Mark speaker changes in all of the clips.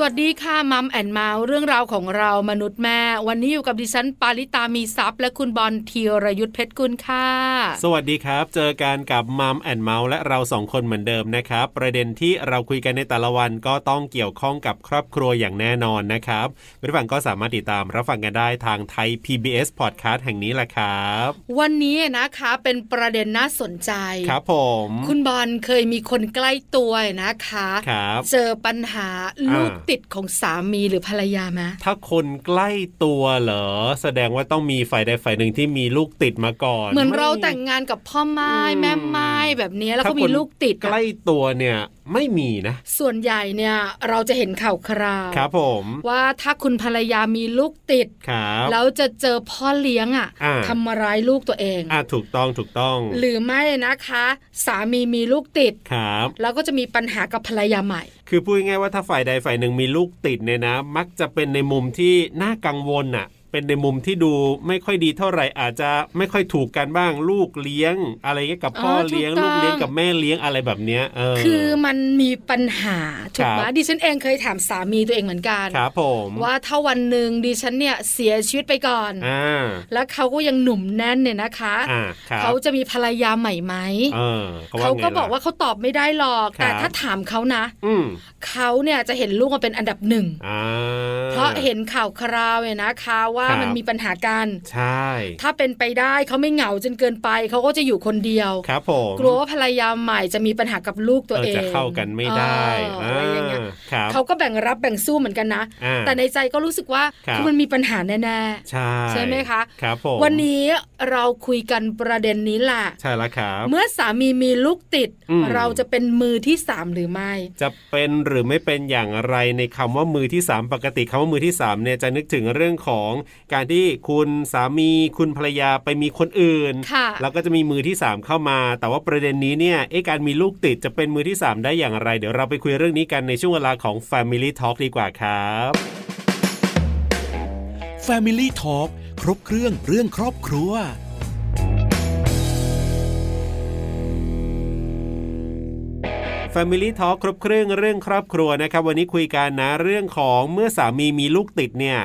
Speaker 1: สวัสดีค่ะมัมแอนเมาส์เรื่องราวของเรามนุษย์แม่ วันนี้อยู่กับดิฉันปาริตามีซัพย์และคุณบอลธีรยุทธเพชรกุลค่ะ
Speaker 2: สวัสดีครับ เจอกันกับมัมแอนเมาส์และเราสองคนเหมือนเดิมนะครับ ประเด็นที่เราคุยกันในแต่ละวันก็ต้องเกี่ยวข้องกับครอบครัวอย่างแน่นอนนะครับคุณผู้ฟังก็สามารถติดตามรับฟังกันได้ทางไทย PBS Podcast แห่งนี้แหละครับ
Speaker 1: วันนี้นะคะเป็นประเด็นน่าสนใจ
Speaker 2: ครับผม
Speaker 1: คุณบอลเคยมีคนใกล้ตัวนะคะ
Speaker 2: ครับ
Speaker 1: เจอปัญหาลูก
Speaker 2: อ่า
Speaker 1: ติดของสามีหรือภรรยาไหม
Speaker 2: ถ้าคนใกล้ตัวเหรอ แสดงว่าต้องมีฝ่ายใดฝ่ายหนึ่งที่มีลูกติดมาก่อน
Speaker 1: เหมือนเราแต่งงานกับพ่อไม้
Speaker 2: อืม
Speaker 1: แม่ไม้แบบนี้แล้ว
Speaker 2: ถ้า
Speaker 1: ก็
Speaker 2: ค
Speaker 1: มี
Speaker 2: น
Speaker 1: ลูกติดอะ
Speaker 2: ใกล้ตัวเนี่ยไม่มีนะ
Speaker 1: ส่วนใหญ่เนี่ยเราจะเห็นข่าวคราว
Speaker 2: ครับผม
Speaker 1: ว่าถ้าคุณภรรยามีลูกติด
Speaker 2: ครับ
Speaker 1: แล้วจะเจอพ่อเลี้ยงอ่ะ
Speaker 2: อ่า
Speaker 1: ทำร้ายลูกตัวเอง
Speaker 2: อ่ะถูกต้องถูกต้อง
Speaker 1: หรือไม่นะคะ สามีมีลูกติด
Speaker 2: ครับ
Speaker 1: แล้วก็จะมีปัญหากับภรรยาใหม่
Speaker 2: คือพูดง่ายๆว่าถ้าฝ่ายใดฝ่ายหนึ่งมีลูกติดเนี่ยนะ มักจะเป็นในมุมที่น่ากังวลน่ะ เป็นในมุมที่ดูไม่ค่อยดีเท่าไหร่อาจจะไม่ค่อยถูกกันบ้างลูกเลี้ยง อะไรเงี้ยกับพ่อ
Speaker 1: เออถูก
Speaker 2: เลี้ยง
Speaker 1: ต้อง
Speaker 2: ลูกเลี้ยงกับแม่เลี้ยงอะไรแบบเนี้ยเออ
Speaker 1: คือมันมีปัญหาถูกไหม
Speaker 2: ครับ
Speaker 1: ดิฉันเองเคยถามสามีตัวเองเหมือนกัน
Speaker 2: ครับผม
Speaker 1: ว่าถ้าวันหนึ่งดิฉันเนี่ยเสียชีวิตไปก่อน
Speaker 2: อ่า
Speaker 1: แล้วเขาก็ยังหนุ่มแน่นเนี่ยนะคะ
Speaker 2: อ่าครับ
Speaker 1: เขาจะมีภรรยาใหม่ไหม
Speaker 2: เออ
Speaker 1: เขา
Speaker 2: ไง
Speaker 1: ก็
Speaker 2: ล่ะ
Speaker 1: บอกว่าเขาตอบไม่ได้หรอก
Speaker 2: ครับ
Speaker 1: แต่ถ้าถามเขานะ
Speaker 2: อืม
Speaker 1: เขาเนี่ยจะเห็นลูกมาเป็นอันดับหนึ่ง
Speaker 2: อ่า
Speaker 1: เพราะเห็นข่าวคราวเนี่ยนะคะว่า
Speaker 2: ครับ
Speaker 1: มันมีปัญหากัน
Speaker 2: ใช่
Speaker 1: ถ้าเป็นไปได้เขาไม่เหงาจนเกินไป เขาก็จะอยู่คนเดียว
Speaker 2: ครับผม
Speaker 1: กลัวว่าภรรยาใหม่จะมีปัญหากับลูกตัว
Speaker 2: เออ
Speaker 1: เอง
Speaker 2: จะเข้ากันไม่ได้
Speaker 1: เอออะไรอย่างเงี้ย
Speaker 2: อ่าครับ
Speaker 1: เขาก็แบ่งรับแบ่งสู้เหมือนกันนะ
Speaker 2: อ่า
Speaker 1: แต่ในใจก็รู้สึกว่า
Speaker 2: ครับ
Speaker 1: อมันมีปัญหาแน่
Speaker 2: ใช่
Speaker 1: ๆ ใช่ไหมคะ
Speaker 2: ครับผม
Speaker 1: วันนี้เราคุยกันประเด็นนี้แหละ
Speaker 2: ใช่แล้วครับ
Speaker 1: เมื่อสามีมีลูกติด
Speaker 2: อืม
Speaker 1: เราจะเป็นมือที่สามหรือไม่
Speaker 2: จะเป็นหรือไม่เป็นอย่างไรในคำว่ามือที่ 3 ปกติคำว่ามือที่3เนี่ยจะนึกถึงเรื่องของการที่คุณสามีคุณภรรยาไปมีคนอื่น
Speaker 1: ค่ะ
Speaker 2: แล้วก็จะมีมือที่ 3 เข้ามา แต่ว่าประเด็นนี้เนี่ยเอ๊ะการมีลูกติดจะเป็นมือที่ 3 ได้อย่างไร เดี๋ยวเราไปคุยเรื่องนี้กันในช่วงเวลาของ Family Talk ดีกว่าครับ
Speaker 3: Family Talk ครบเครื่องเรื่องครอบครัว
Speaker 2: Family Talk ครบเครื่องเรื่องครอบครัวนะครับ วันนี้คุยกันนะเรื่องของเมื่อสามีมีลูกติดเนี่ย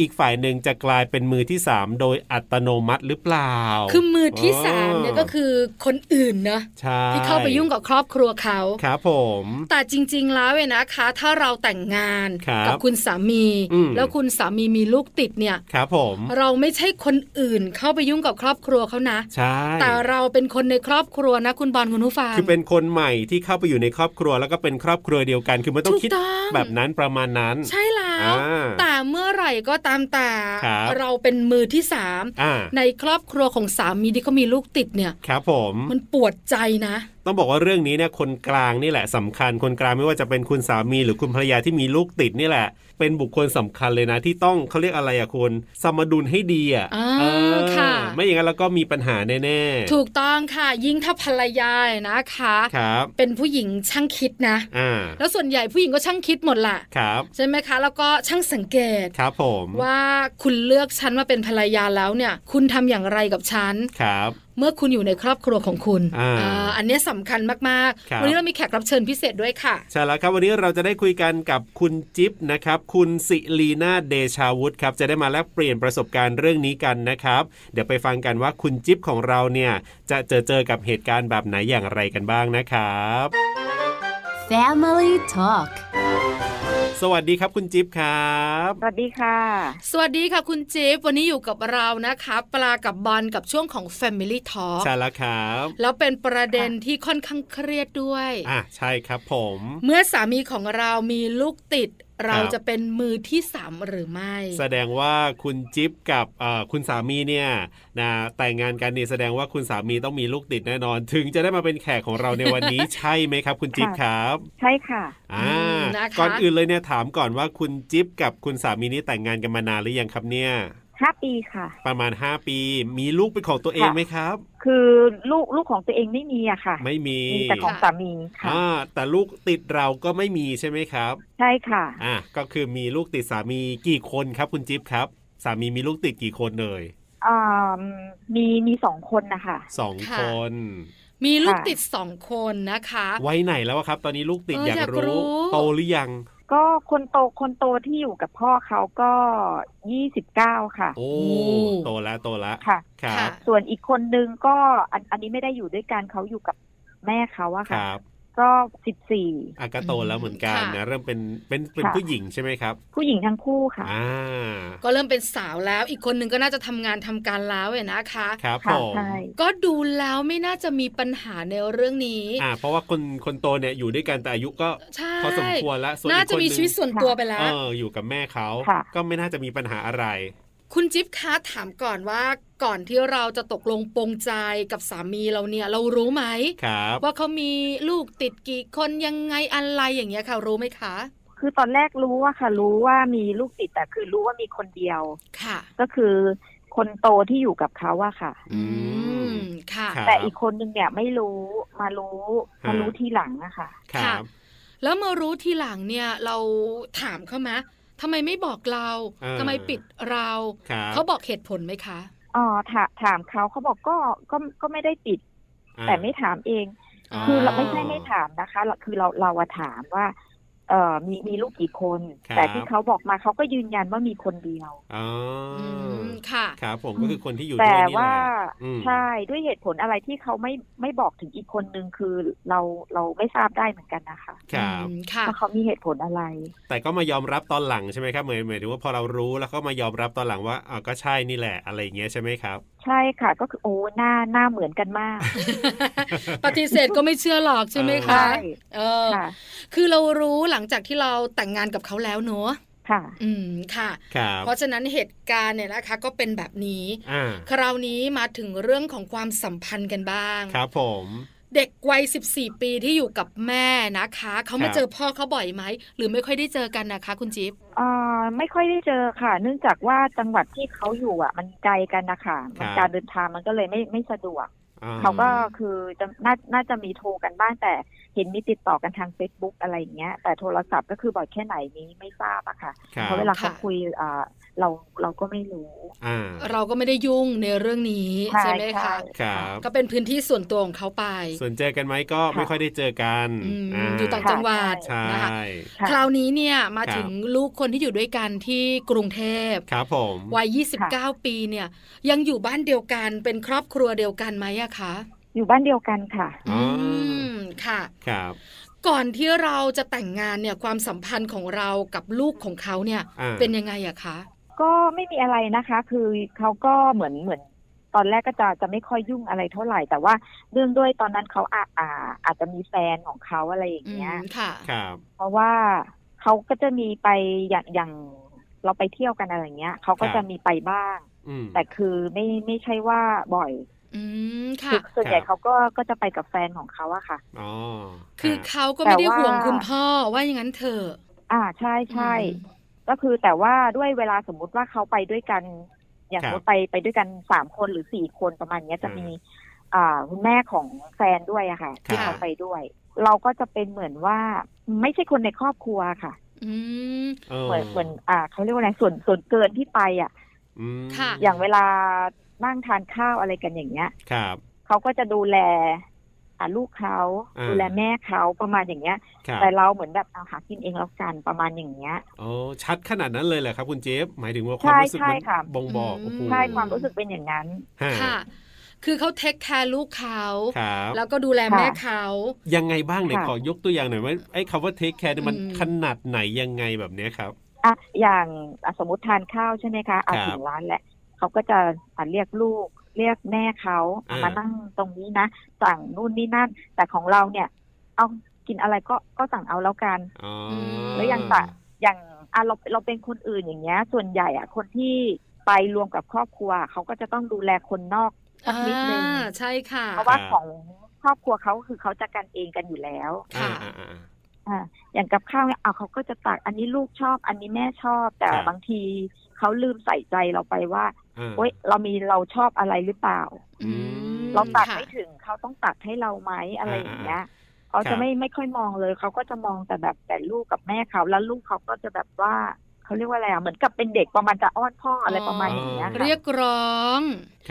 Speaker 2: อีกฝ่ายหนึ่งจะกลายเป็นมือที่สามโดยอัตโนมัติหรือเปล่า
Speaker 1: คือมือที่สามเนี่ยก็คือคนอื่นนะ
Speaker 2: ใช่
Speaker 1: ที่เข้าไปยุ่งกับครอบครัวเขา
Speaker 2: ครับผม
Speaker 1: แต่จริง ๆ แล้วเนี่ยนะคะ ถ้าเราแต่งงาน
Speaker 2: ครับ
Speaker 1: กัคุณสามี
Speaker 2: อืม
Speaker 1: แล้วคุณสามีมีลูกติดเนี่ย
Speaker 2: ครับผม
Speaker 1: เราไม่ใช่คนอื่นเข้าไปยุ่งกับครอบครัวเขานะ
Speaker 2: ใช่
Speaker 1: แต่เราเป็นคนในครอบครัวนะคุณบอลคุณผู้ฟัง
Speaker 2: คือเป็นคนใหม่ที่เข้าไปอยู่ในครอบครัวแล้วก็เป็นครอบครัวเดียวกัน คือมันต้อง
Speaker 1: ถูก
Speaker 2: คิด
Speaker 1: ต้อง
Speaker 2: แบบนั้นประมาณนั้น
Speaker 1: ใช่แล้ว
Speaker 2: อ่า
Speaker 1: แต่เมื่อไหร่ก็ตามแต่
Speaker 2: ครับ
Speaker 1: เราเป็นมือที่สาม
Speaker 2: อ่า
Speaker 1: ในครอบครัวของสามีที่เขามีลูกติดเนี่ย
Speaker 2: ครับผม
Speaker 1: มันปวดใจนะ
Speaker 2: ต้องบอกว่าเรื่องนี้เนี่ยคนกลางนี่แหละสำคัญ คนกลางไม่ว่าจะเป็นคุณสามีหรือคุณภรรยาที่มีลูกติดนี่แหละ เป็นบุคคลสำคัญเลยนะ ที่ต้องเขาเรียกอะไรอะคุณสมดุลให้ดีอะ
Speaker 1: อ่า
Speaker 2: เออ
Speaker 1: ค่ะ
Speaker 2: ไม่อย่างนั้นแล้วก็มีปัญหาแน่ๆ
Speaker 1: ถูกต้องค่ะ ยิ่งถ้าภรรยาเนี่ยนะคะ
Speaker 2: ครับ
Speaker 1: เป็นผู้หญิงช่างคิดนะ
Speaker 2: อ่า
Speaker 1: แล้วส่วนใหญ่ผู้หญิงก็ช่างคิดหมดล่ะ
Speaker 2: ครับ
Speaker 1: ใช่ไหมคะ แล้วก็ช่างสังเกต
Speaker 2: ครับผม
Speaker 1: ว่าคุณเลือกฉันมาเป็นภรรยาแล้วเนี่ย คุณทำอย่างไรกับฉัน
Speaker 2: ครับ
Speaker 1: เมื่อคุณอยู่ในครอบครัวของคุณ
Speaker 2: อ่า
Speaker 1: าอันเนี้ยสำคัญมาก
Speaker 2: ครับ
Speaker 1: ๆ วันี้เรามีแขกรับเชิญพิเศษด้วยค่ะ
Speaker 2: ใช่แล้วครับ วันนี้เราจะได้คุยกันกับคุณจิ๊บนะครับ คุณสิลีนาเดชาวุฒิครับ จะได้มาแลกเปลี่ยนประสบการณ์เรื่องนี้กันนะครับ เดี๋ยวไปฟังกันว่าคุณจิ๊บของเราเนี่ย จะเจอเจอกับเหตุการณ์แบบไหนอย่างไรกันบ้างนะครับ
Speaker 4: Family Talk
Speaker 2: สวัสดีครับคุณจิ๊บครับ
Speaker 5: สวัสดีค่ะ
Speaker 1: สวัสดีค่ะคุณจิ๊บวันนี้อยู่กับเรานะคะ ปลากับบอลกับช่วงของ Family Talk
Speaker 2: ใช่แล้วครับ
Speaker 1: แล้วเป็นประเด็นที่ค่อนข้างเครียดด้วย
Speaker 2: อ่ะใช่ครับผม
Speaker 1: เมื่อสามีของเรามีลูกติด เรา
Speaker 2: ครับ
Speaker 1: จะเป็นมือที่สามหรือไม่
Speaker 2: แสดงว่าคุณจิ๊บกับเอ่อคุณสามีเนี่ยนะแต่งงานกันนี่แสดงว่าคุณสามีต้องมีลูกติดแน่นอน ถึงจะได้มาเป็นแขกของเราในวัน นี้ ใช่ไหมครับ คุณจิ๊บครับ
Speaker 5: ใช่ค่ะ
Speaker 2: อ่า
Speaker 1: อืมนะคะ
Speaker 2: ก่อนอื่นเลยเนี่ยถามก่อนว่าคุณจิ๊บกับคุณสามีนี่แต่งงานกันมานานหรือยังครับเนี่ย
Speaker 5: ห้าปีค่ะ
Speaker 2: ประมาณ 5 ปี มีลูกเป็นของตัวเองไหมครับ
Speaker 5: คือลูกลูกของตัวเองไม่มีอะค่ะ
Speaker 2: ไม่มี
Speaker 5: มีแต่ของสามีค่ะ
Speaker 2: อ่าแต่ลูกติดเราก็ไม่มีใช่ไหมครับ
Speaker 5: ใช่ค่ะ
Speaker 2: อ่ะก็คือมีลูกติดสามีกี่คนครับ คุณจิ๊บครับ สามีมีลูกติดกี่คนเลย
Speaker 5: อ่ามีมีสองคนนะคะ
Speaker 2: สอง
Speaker 1: ค่ะ
Speaker 2: คน
Speaker 1: มีลูกติดสองคนนะคะ
Speaker 2: ไว้ไหนแล้วอะครับ ตอนนี้ลูกติด
Speaker 1: เอออ
Speaker 2: อาย
Speaker 1: ยาก กรู้
Speaker 2: รู้ โตหรือยัง
Speaker 5: ก็คนโตคนโตที่อยู่กับพ่อเขาก็ยี่สิบเก้าค่ะ
Speaker 2: โอ้
Speaker 1: โอ้
Speaker 2: โตละโตละ
Speaker 5: ค่ะ
Speaker 2: ครับ
Speaker 5: ส่วนอีกคนนึงก็อันอันนี้ไม่ได้อยู่ด้วยกันเขาอยู่กับแม่เขาอะ
Speaker 2: ค
Speaker 5: ค่ะ
Speaker 2: รับ
Speaker 5: ก็สิบสี่
Speaker 2: อาก็โตแล้วเหมือนกัน
Speaker 1: ค่ะ
Speaker 2: นะเริ่มเป็นเป็นเป็น
Speaker 5: ค่ะ
Speaker 2: ผู้หญิงใช่ไหมครับ
Speaker 5: ผู้หญิงทั้งคู่ค่ะ
Speaker 2: อ่า
Speaker 1: ก็เริ่มเป็นสาวแล้ว อีกคนหนึ่งก็น่าจะทำงานทำการแล้วเว้ยนะคะ
Speaker 2: ครับผ
Speaker 5: ค่ะ
Speaker 2: ม
Speaker 5: ใช่
Speaker 1: ก็ดูแล้วไม่น่าจะมีปัญหาในเรื่องนี้
Speaker 2: อ่า เพราะว่าคนคนโตเนี่ยอยู่ด้วยกันแต่อายุก็
Speaker 1: ใช่
Speaker 2: พอสมควรละส่วนอีก
Speaker 1: น่าจะมี
Speaker 2: คนหนึ่ง
Speaker 1: ชีวิตส่วนตัวไปแล้
Speaker 2: เอ
Speaker 1: ว
Speaker 2: ออยู่กับแม่เขา
Speaker 5: ค่ะ
Speaker 2: ก็ไม่น่าจะมีปัญหาอะไร
Speaker 1: คุณจิ๊บคะถามก่อนว่าก่อนที่เราจะตกลงปรงใจกับสามีเราเนี่ย เรารู้ไหม
Speaker 2: ครับ
Speaker 1: ว่าเขามีลูกติดกี่คนยังไงอะไรอย่างเงี้ยค่ะ รู้ไหมคะ
Speaker 5: คือตอนแรกรู้ว่าค่ะ รู้ว่ามีลูกติดแต่คือรู้ว่ามีคนเดียว
Speaker 1: ค่ะ
Speaker 5: ก็คือคนโตที่อยู่กับเขาอะค่ะ
Speaker 2: อื
Speaker 1: อื
Speaker 2: ม
Speaker 1: มค่ะ
Speaker 2: ครับ
Speaker 5: แต่อีกคนนึงเนี่ยไม่รู้มารู้
Speaker 2: ฮะ
Speaker 5: มารู้ทีหลังอะค่ะ
Speaker 2: ครั
Speaker 1: ค่ะ
Speaker 2: บ
Speaker 1: แล้วมารู้ทีหลังเนี่ยเราถามเขาไหมทำไมไม่บอกเรา
Speaker 2: เออ
Speaker 1: ทำไมปิดเรา
Speaker 2: ครับ
Speaker 1: เขาบอกเหตุผลไหมคะ
Speaker 5: อ๋อถาถามเขาเขาบอกก็ก็ก็ไม่ได้ติด
Speaker 2: อ่า
Speaker 5: แต่ไม่ถามเอง
Speaker 2: อ๋อ
Speaker 5: คือเราไม่ใช่ไม่ถามนะคะเราคือเราเราอะถามว่า เอ่อมีมีลูกกี่คน
Speaker 2: ครับ
Speaker 5: แต่ที่เขาบอกมาเขาก็ยืนยันว่ามีคนเดียว
Speaker 2: อ๋อ
Speaker 1: อื
Speaker 2: อ
Speaker 1: มค่ะ
Speaker 2: ครับผมก็คือคนที่อยู่ด้ว
Speaker 5: แต่
Speaker 2: ยนี่แหละ
Speaker 5: ว่า
Speaker 2: อืม
Speaker 5: ใช่ด้วยเหตุผลอะไรที่เขาไม่ไม่บอกถึงอีกคนนึงคือเราเราไม่ทราบได้เหมือนกันนะคะ
Speaker 2: ครับ
Speaker 1: อืมค่ะ
Speaker 5: ว่าเขามีเหตุผลอะไร
Speaker 2: แต่ก็มายอมรับตอนหลังใช่ไหมครับเหมือนหมายถึงว่าพอเรารู้แล้วก็มายอมรับตอนหลังว่าอ่าก็ใช่นี่แหละอะไรอย่างเงี้ยใช่ไหมครับ
Speaker 5: ใช่ค่ะ ก็คือโอ้หน้าหน้าเหมือนกันมาก
Speaker 1: ปฏิเสธก็ไม่เชื่อหรอกใช่ไหมคะ
Speaker 5: ใช่
Speaker 1: เออ
Speaker 5: ค่ะ
Speaker 1: คือเรารู้หลังจากที่เราแต่งงานกับเขาแล้วเนอะ
Speaker 5: ค่ะ
Speaker 1: อืมค่ะ
Speaker 2: ครับ
Speaker 1: เพราะฉะนั้นเหตุการณ์เนี่ยนะคะ ก็เป็นแบบนี้
Speaker 2: อ่า
Speaker 1: คราวนี้มาถึงเรื่องของความสัมพันธ์กันบ้าง
Speaker 2: ครับผม
Speaker 1: เด็กวัย 14 ปีที่อยู่กับแม่นะคะ เขา
Speaker 2: ค
Speaker 1: มา
Speaker 2: รับ
Speaker 1: เจอพ่อเขาบ่อยไหม หรือไม่ค่อยได้เจอกันนะคะ คุณจิ๊บ
Speaker 5: เอ่อไม่ค่อยได้เจอค่ะ เนื่องจากว่าจังหวัดที่เขาอยู่อ่ะ มันไกลกันนะคะมัน
Speaker 2: ครับ
Speaker 5: การเดินทางมันก็เลยไม่ไม่สะดวก
Speaker 2: อ่
Speaker 5: เขาก็คือจะน่าน่าจะมีโทรกันบ้างแต่เห็นมีติดต่อกันทาง Facebook อะไรอย่างเงี้ย แต่โทรศัพท์ก็คือบ่อยแค่ไหนนี้ไม่ทราบอะค่ะ
Speaker 2: ครับ
Speaker 5: เพราะเวลาเขา
Speaker 1: ค่ะ
Speaker 5: คุยอ่าเราเราก็ไม่รู้
Speaker 2: อ่า
Speaker 1: เราก็ไม่ได้ยุ่งในเรื่องนี้ใช่ไหมคะ
Speaker 2: ครับ
Speaker 1: ก็เป็นพื้นที่ส่วนตัวของเขาไป
Speaker 2: ส่วนเจอกันไหมก็ไม่ค่อยได้เจอกัน
Speaker 1: อืมอยู่ต่างจังหวัด
Speaker 2: ใช่
Speaker 1: นะคะ
Speaker 5: ค่ะ
Speaker 1: คราวนี้เนี่ยมาถึงลูกคนที่อยู่ด้วยกันที่กรุงเทพ
Speaker 2: ครับผม
Speaker 1: วัย
Speaker 5: ค่ะ
Speaker 1: 29 ปีเนี่ย ยังอยู่บ้านเดียวกันเป็นครอบครัวเดียวกันไหมอะคะ
Speaker 5: อยู่บ้านเดียวกันค่ะ
Speaker 2: อ๋ออ
Speaker 1: มค่ะ
Speaker 2: ครับ
Speaker 1: ก่อนที่เราจะแต่งงานเนี่ยความสัมพันธ์ของเรากับลูกของเขาเนี่ย
Speaker 2: อ่า
Speaker 1: เป็นยังไงอะคะ
Speaker 5: ก็ไม่มีอะไรนะคะ คือเขาก็เหมือนเหมือน ตอนแรกก็จะจะไม่ค่อยยุ่งอะไรเท่าไหร่ แต่ว่าเรื่องด้วยตอนนั้นเขาอาอาอาจจะมีแฟนของเขาอะไรอย่าง
Speaker 1: อื
Speaker 5: เงี้ย
Speaker 1: มค่ะ
Speaker 2: ครับ
Speaker 5: เพราะว่าเขาก็จะมีไปอย่างอย่างเราไปเที่ยวกันอะไรอย่างเงี้ยเขาก็จะมีไปบ้าง
Speaker 2: อืม
Speaker 5: แต่คือไม่ไม่ใช่ว่าบ่อย
Speaker 1: อืมค่ะ
Speaker 5: คือส่วนใหญ่
Speaker 2: ครับ
Speaker 5: เขาก็ก็จะไปกับแฟนของเขาอะค่ะ
Speaker 2: อ๋อ
Speaker 1: คือ
Speaker 2: รับ
Speaker 1: เขาก็ไม่ได้
Speaker 5: แต่ว่า
Speaker 1: ห่วงคุณพ่อว่าอย่างนั้นเถอะ
Speaker 5: อ่าใช่ใช่ก็คือแต่ว่าด้วยเวลาสมมุติว่าเขาไปด้วยกัน อย่างสมมติไปไปด้วยกันสามคนหรือสี่คนประมาณเนี้ยจะมี อ่าคุณแม่ของแฟนด้วยอะค่ะที่เขาไปด้วย เราก็จะเป็นเหมือนว่าไม่ใช่คนในครอบครัวค่ะ
Speaker 1: อืม
Speaker 5: เหมือนเหมือนอ่าเขาเรียกว่าอะไรส่วนส่วนเกินที่ไปอะ
Speaker 2: อืม
Speaker 1: ค่ะ
Speaker 5: อย่างเวลานั่งทานข้าวอะไรกันอย่างเงี้ย
Speaker 2: ครับ
Speaker 5: เขาก็จะดูแลอ่ะลูกเขา
Speaker 2: อ่า
Speaker 5: ดูแลแม่เขาประมาณอย่างเงี้ย
Speaker 2: ครับ
Speaker 5: แต่เราเหมือนแบบเอาหากินเองแล้วกันประมาณอย่างเงี้ย
Speaker 2: โอ้ชัดขนาดนั้นเลยแหละครับ คุณเจฟหมายถึงว่าค
Speaker 5: ใช่
Speaker 2: วามรู้สึก
Speaker 5: ใช่
Speaker 2: มัน
Speaker 5: ค่ะ
Speaker 2: บ่งบอกโอ้โห
Speaker 5: ใช่ความรู้สึกเป็นอย่างนั้น
Speaker 2: ฮะ
Speaker 1: ค่ะ คือเขาเทคแคร์ลูกเขา
Speaker 2: ครับ
Speaker 1: แล้วก็ดูแลแม่เขา
Speaker 2: ยังไงบ้างเนี่ย
Speaker 5: ค่ะ
Speaker 2: ขอยกตัวอย่างหน่อยว่าไอ้คำว่าเทคแคร์เนี่ยมัน
Speaker 1: อืม
Speaker 2: ขนาดไหนยังไงแบบเนี้ยครับ
Speaker 5: อ่ะอย่างอ่ะสมมติทานข้าวใช่ไหมคะ
Speaker 2: ค
Speaker 5: อา
Speaker 2: รับ
Speaker 5: ถึงร้านแหละเขาก็จะอ่ะเรียกลูก เรียกแม่เขา
Speaker 2: อ่าม
Speaker 5: มานั่งตรงนี้นะสั่งนู่นนี่นั่น แต่ของเราเนี่ย เอากินอะไรก็ก็สั่งเอาแล้วกัน
Speaker 2: อ๋อ
Speaker 5: แล้วยังต่าง อย่างอ่ะเราเราเป็นคนอื่นอย่างเงี้ย ส่วนใหญ่อ่ะคนที่ไปรวมกับครอบครัว เขาก็จะต้องดูแลคนนอก สักนิดนึง
Speaker 1: อ่าใช่ค่ะ
Speaker 5: เพราะว่าของครอบครัวเขาคือเขาจะกันเองกันอยู่แล้ว
Speaker 2: อ่า
Speaker 1: ค่ะ
Speaker 2: อ่าอ่า
Speaker 5: อย่างกับข้าวเนี่ยเอาเขาก็จะตักอันนี้ลูกชอบ อันนี้แม่ชอบ แต่
Speaker 2: ครับ
Speaker 5: บางทีเขาลืมใส่ใจเราไปว่า
Speaker 2: อ่า
Speaker 5: โอ๊ยเรามีเราชอบอะไรหรือเปล่า
Speaker 1: อืม
Speaker 5: เราตัก
Speaker 1: ค่ะ
Speaker 5: ไม่ถึงเขาต้องตักให้เราไหมอะไรอย่างเงี้ย
Speaker 2: อ่า
Speaker 5: เขา
Speaker 2: ครั
Speaker 5: จะ
Speaker 2: บ
Speaker 5: ไม่ไม่ค่อยมองเลยเขาก็จะมองแต่แบบแต่ลูกกับแม่เขาแล้วลูกเขาก็จะแบบว่า ข เขาเรียกว่าอะไรอ่ะเหมือนกับเป็นเด็กประมาณจะอ้อนพ่ออะไรประมาณอย่างเงี้ย
Speaker 2: อ๋อ
Speaker 5: ค่ะ
Speaker 1: เรียกร้อง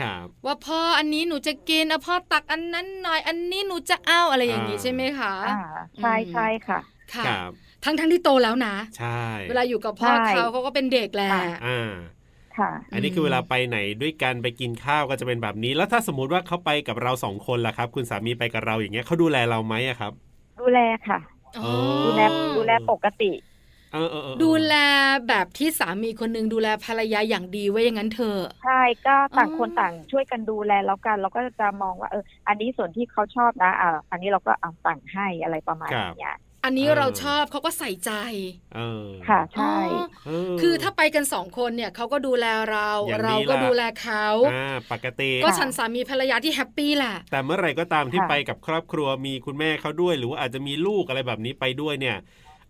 Speaker 2: ครับ
Speaker 1: ว่าพ่ออันนี้หนูจะกินเอาพ่อตักอันนั้นหน่อยอันนี้หนูจะเอาอะไรอย่างนี้ใช่ไหมคะ
Speaker 5: อ่าใช่ใช่ค่ะ
Speaker 1: ค่ะ
Speaker 2: ครับ
Speaker 1: ทั้งทั้งๆที่โตแล้วนะ
Speaker 2: ใช่
Speaker 1: เวลาอยู่กับพ่อ
Speaker 5: ใช่
Speaker 1: เขาเขาก็เป็นเด็กแหละ
Speaker 5: ค่ะ
Speaker 2: อ่า
Speaker 5: ค่ะ
Speaker 2: อันนี้คือเวลาไปไหนด้วยกันไปกินข้าวก็จะเป็นแบบนี้ แล้วถ้าสมมติว่าเขาไปกับเราสองคนล่ะครับ คุณสามีไปกับเราอย่างเงี้ยเขาดูแลเราไหมอะครับ
Speaker 5: ดูแลค่ะ
Speaker 1: อ๋อ
Speaker 5: ดูแลดูแลปกติ
Speaker 2: เออเออเออ
Speaker 1: ดูแลแบบที่สามีคนหนึงดูแลภรรยาอย่างดีไว้อย่างนั้นเถอะ
Speaker 5: ใช่ก็ต่าง
Speaker 1: อ๋อ
Speaker 5: คนต่างช่วยกันดูแลแล้วกัน เราก็จะมองว่าเออ อันนี้ส่วนที่เขาชอบนะอ่าอันนี้เราก็เอาสั่งให้อะไรประมาณอย่างเงี้ย
Speaker 1: อันนี้เราชอบเขาก็ใส่ใจ
Speaker 2: เออ
Speaker 5: ค่ะ ใช่
Speaker 1: อ๋อ
Speaker 2: เออ
Speaker 1: คือถ้าไปกันสองคนเนี่ยเขาก็ดูแลเรา
Speaker 2: อย่างดี
Speaker 1: เราก็
Speaker 2: ล่ะ
Speaker 1: ดูแลเขา
Speaker 2: อ่าปกติ
Speaker 1: ก็ฉันสามีภรรยาที่แฮปปี้แหละ
Speaker 2: แต่เมื่อไหร่ก็ตามที่ไปกับครอบครัวมีคุณแม่เขาด้วย หรือว่าอาจจะมีลูกอะไรแบบนี้ไปด้วยเนี่ย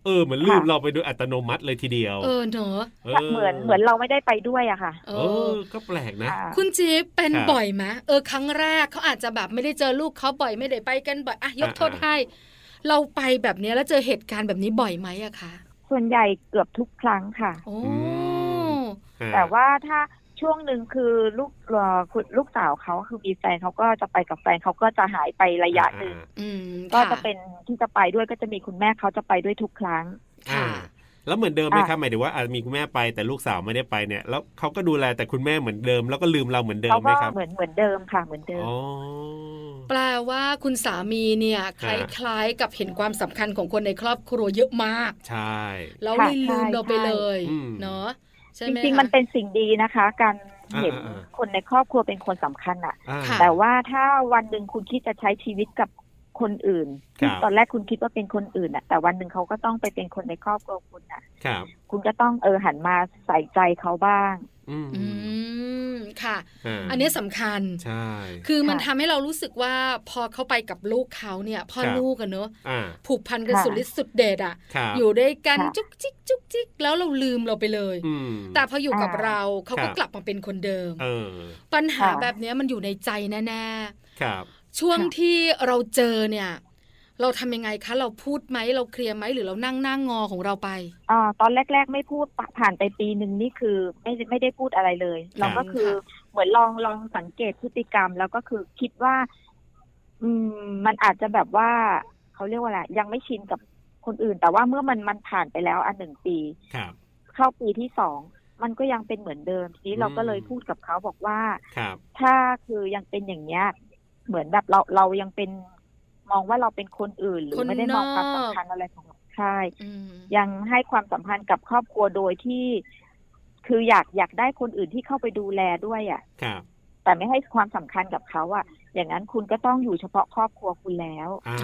Speaker 2: เออเหมือนลืมเราไปโดยอัตโนมัติเลยทีเดียว
Speaker 1: เออเนอะ
Speaker 5: เหมือนเหมือนเราไม่ได้ไปด้วยอะค่ะ
Speaker 1: เอ
Speaker 2: เอ
Speaker 1: อ
Speaker 2: อก็แปลกนะ
Speaker 5: อ่า
Speaker 1: คุณจิ๊บเป็น
Speaker 2: ครับ
Speaker 1: บ่อยไหมเออครั้งแรกเขาอาจจะแบบไม่ได้เจอลูกเขาบ่อยไม่ได้ไปกันบ่อยอ่ะยก
Speaker 2: อ่า
Speaker 1: โทษ
Speaker 2: อ่า
Speaker 1: ให้ เราไปแบบเนี้ยแล้วเจอเหตุการณ์แบบนี้บ่อยไหมอะคะ
Speaker 5: ส่วนใหญ่เกือบทุกครั้งค่ะ
Speaker 1: โอ้
Speaker 2: ม ฮะ
Speaker 5: แต่ว่าถ้าช่วงหนึ่งคือลูกเอ่อคุณลูกสาวเขาคือมีแฟนเขาก็จะไปกับแฟนเขาก็จะหายไประยะหนึ่ง
Speaker 1: อืม
Speaker 5: ก็
Speaker 1: ค่
Speaker 5: จะเป็นที่จะไปด้วยก็จะมีคุณแม่เขาจะไปด้วยทุกครั้ง
Speaker 2: อ่า
Speaker 1: ค่ะ
Speaker 2: แล้วเหมือนเดิมไหม
Speaker 5: อ่ะ
Speaker 2: ครับหมายถึงว่าอาจมีคุณแม่ไปแต่ลูกสาวไม่ได้ไปเนี่ย แล้วเขาก็ดูแลแต่คุณแม่เหมือนเดิม แล้วก็ลืมเราเหมือนเดิม
Speaker 5: เขา
Speaker 2: ไหม
Speaker 5: ก็
Speaker 2: ครับ
Speaker 5: เหมือนเหมือนเดิมค่ะเหมือนเดิม
Speaker 2: อ๋อ
Speaker 1: แปลว่าคุณสามีเนี่ย ค
Speaker 2: ฮะ
Speaker 1: ล้ายๆกับเห็นความสำคัญของคนในครอบครัวเยอะมาก
Speaker 2: ใช่
Speaker 1: แล้ว
Speaker 5: ค่ะ
Speaker 1: ไม่ลืม
Speaker 5: ใช่
Speaker 1: เราไป
Speaker 5: ใช่
Speaker 1: เลย
Speaker 2: อืม
Speaker 1: เนาะใช่
Speaker 5: จ
Speaker 1: ไหม
Speaker 5: ริงๆ
Speaker 1: คะ
Speaker 5: มันเป็นสิ่งดีนะคะ การเห็น
Speaker 2: อ่า
Speaker 5: คนในครอบครัวเป็นคนสำคัญอะ
Speaker 2: อ่า
Speaker 1: ค่ะ
Speaker 5: แต่ว่าถ้าวันหนึ่งคุณคิดจะใช้ชีวิตกับคนอื่นที่
Speaker 2: ครับ
Speaker 5: ตอนแรกคุณคิดว่าเป็นคนอื่นอะแต่วันหนึ่งเขาก็ต้องไปเป็นคนในครอบครัวคุณอะ
Speaker 2: ครับ
Speaker 5: คุณก็ต้องเออหันมาใส่ใจเขาบ้าง
Speaker 2: อืม
Speaker 1: อืมค่ะ
Speaker 2: อ่า
Speaker 1: อันนี้สำคัญ
Speaker 2: ใช่
Speaker 1: คือมัน
Speaker 5: ค่ะ
Speaker 1: ทำให้เรารู้สึกว่าพอเขาไปกับลูกเขาเนี่ย พ่อลูกกันเนอะ
Speaker 2: อ่า
Speaker 1: ผูกพันกัน
Speaker 5: ค่ะ
Speaker 1: สุดฤทธิ์สุดเดชอะ
Speaker 2: ครับ
Speaker 1: อยู่ด้วยกัน
Speaker 5: ค่ะ
Speaker 1: จุกจิกจุกจิกแล้วเราลืมเราไปเลย
Speaker 2: อืม
Speaker 1: แต่พออยู่กับ
Speaker 5: อ่า
Speaker 1: เราเขาก็
Speaker 2: ครับ
Speaker 1: กลับมาเป็นคนเดิม
Speaker 2: เออ
Speaker 1: ปัญหา
Speaker 5: ค่ะ
Speaker 1: แบบเนี้ยมันอยู่ในใจแน่
Speaker 2: ครับ
Speaker 1: ๆ ช่วง
Speaker 5: ค่ะ
Speaker 1: ที่เราเจอเนี่ย เราทำยังไงคะ เราพูดไหมเราเคลียร์ไหมหรือเรานั่งหน้างอของเราไป
Speaker 5: อ่าตอนแรก ๆ ไม่พูดปะผ่านไปปีหนึ่งนี่คือไม่ไม่ได้พูดอะไรเลย เราก็คือ
Speaker 1: ค่ะ
Speaker 5: เหมือนลองลองสังเกตพฤติกรรม แล้วก็คือคิดว่า อืม มันอาจจะแบบว่าเขาเรียกว่าอะไรยังไม่ชินกับคนอื่น แต่ว่าเมื่อมันมันผ่านไปแล้วอันหนึ่งปี
Speaker 2: ครับ
Speaker 5: เข้าปีที่สองมันก็ยังเป็นเหมือนเดิมทีนี้เราก็เลย
Speaker 2: อืม
Speaker 5: พูดกับเขาบอกว่า
Speaker 2: ครับ
Speaker 5: ถ้าคือยังเป็นอย่างเนี้ย เหมือนแบบเราเรายังเป็นมองว่าเราเป็นคนอื่น หรื
Speaker 1: ค
Speaker 5: อน ไม่ได้มองความ
Speaker 1: นอก
Speaker 5: สำคัญอะไรของเราใช่
Speaker 1: อืม
Speaker 5: ยังให้ความสัมพันธ์กับครอบครัวโดยที่ คืออยากอยากได้คนอื่นที่เข้าไปดูแลด้วยอะ่ะ
Speaker 2: ครับ
Speaker 5: แต่ไม่ให้ความสำคัญกับเขาอะ่ะ อย่างนั้นคุณก็ต้องอยู่เฉพาะครอบครัวคุณแล้ว
Speaker 2: อ่า